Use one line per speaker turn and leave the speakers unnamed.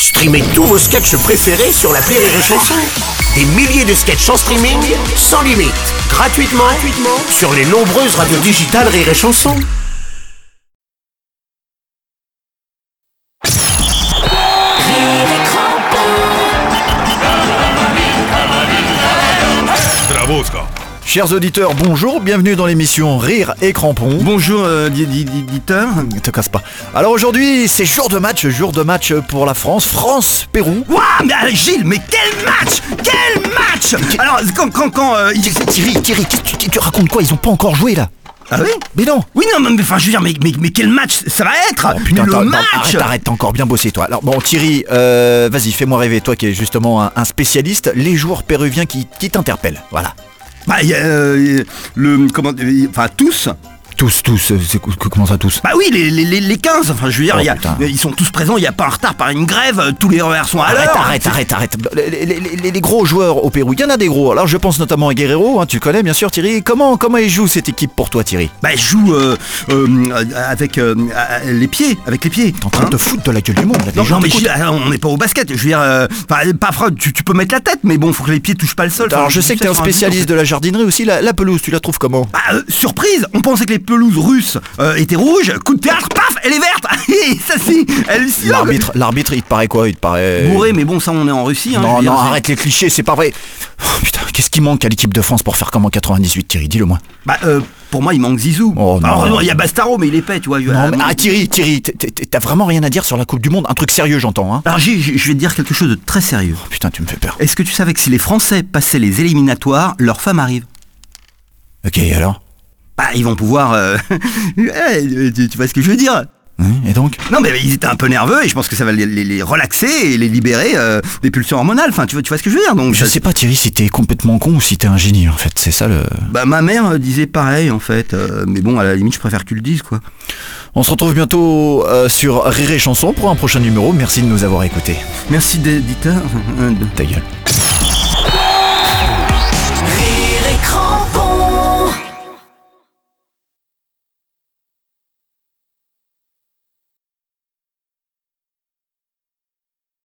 Streamez tous vos sketchs préférés sur la Rire et Chanson. Des milliers de sketchs en streaming, sans limite, gratuitement, gratuitement sur les nombreuses radios digitales Rire et Chanson.
Bravo, Scott.
Chers auditeurs, bonjour, bienvenue dans l'émission Rire et Crampons.
Bonjour, euh, di- di- di- diteur.
Ne te casse pas. Alors aujourd'hui, c'est jour de match, jour de match pour la France, France-Pérou.
Waouh, mais euh, Gilles, mais quel match Quel match Alors, quand, quand, quand, euh, il-
Eh, Thierry, Thierry, qu'est-ce que tu, tu racontes quoi Ils ont pas encore joué là
Ah oui
Mais non
Oui, non, mais mais, enfin, je veux dire, mais, mais, mais quel match ça va être
Oh, putain,
Ah, Mais
t'as-
le
t'as-
match
arrête, arrête, t'as encore bien bossé toi. Alors bon, Thierry, euh, vas-y, fais-moi rêver, toi qui es justement un, un spécialiste, les joueurs péruviens qui, qui t'interpellent. Voilà.
Bah, il y a, euh, le, comment, euh, enfin, tous
Tous, tous, euh, c'est- comment ça tous
Bah oui, les, les, les- les 15, enfin, je veux dire,
Oh,
il y a- euh,
putain.
ils sont tous présents, il n'y a pas un retard par une grève, euh, tous les RER sont à
Arrête,
l'heure.
arrête, arrête, arrête. Les, les- les- les gros joueurs au Pérou, il y en a des gros. Alors je pense notamment à Guerrero, hein, tu connais bien sûr Thierry. Comment, comment ils jouent cette équipe pour toi Thierry
Bah, ils jouent euh, euh, euh, avec euh, euh, les pieds, avec les pieds.
T'es en train
hein.
de te foutre de la gueule du monde. Là, les
Non,
gens
non, mais
t'écoutent.
je- ah, on n'est pas au basket. Je veux dire, euh, enfin, pas fra- tu, tu peux mettre la tête, mais bon, faut que les pieds touchent pas le sol.
Alors
Enfin,
je sais que t'es un Ah,
sur but,
spécialiste de la jardinerie aussi. La, la pelouse, tu la trouves comment
Bah, euh, surprise On pensait que les pelouses russes euh, étaient rouges, coup de théâtre, paf, elle est verte Et Ça si, hallucinant
L'arbitre, l'arbitre, il te paraît quoi Il te paraît
Bourré, mais bon, ça on est en Russie. hein, je
Non,
veux dire,
non,
c'est-
arrête les clichés, c'est pas vrai. Oh, putain, qu'est-ce qui manque à l'équipe de France pour faire comme en 98, Thierry Dis-le moi.
Bah, euh, pour moi, il manque Zizou.
Oh, non.
Alors, il y a Bastaro, mais il est épais, tu vois.
Non,
Euh,
mais- ah, Thierry, Thierry, t'es- t'es- t'as vraiment rien à dire sur la Coupe du Monde Un truc sérieux, j'entends, hein
Alors, j'ai- j'ai- je vais te dire quelque chose de très sérieux.
Putain, tu me fais peur.
Est-ce que tu savais que si les Français passaient les éliminatoires, leurs femmes arrivent
Ok, alors
Bah, ils vont pouvoir. euh, ouais, tu tu vois ce que je veux dire
Hein, Et donc
Non mais ils étaient un peu nerveux et je pense que ça va les, les- les relaxer et les libérer euh, des pulsions hormonales. Enfin, tu vois, tu vois ce que je veux dire Donc,
Je
ça-
sais pas, Thierry, si t'es complètement con ou si t'es un génie, en fait. C'est ça le.
Bah ma mère euh, disait pareil en fait, euh, mais bon à la limite je préfère que tu le dises quoi.
On se retrouve bientôt euh, sur Rire et Chanson pour un prochain numéro. Merci de nous avoir écoutés.
Merci d'éditeur.
Ta gueule.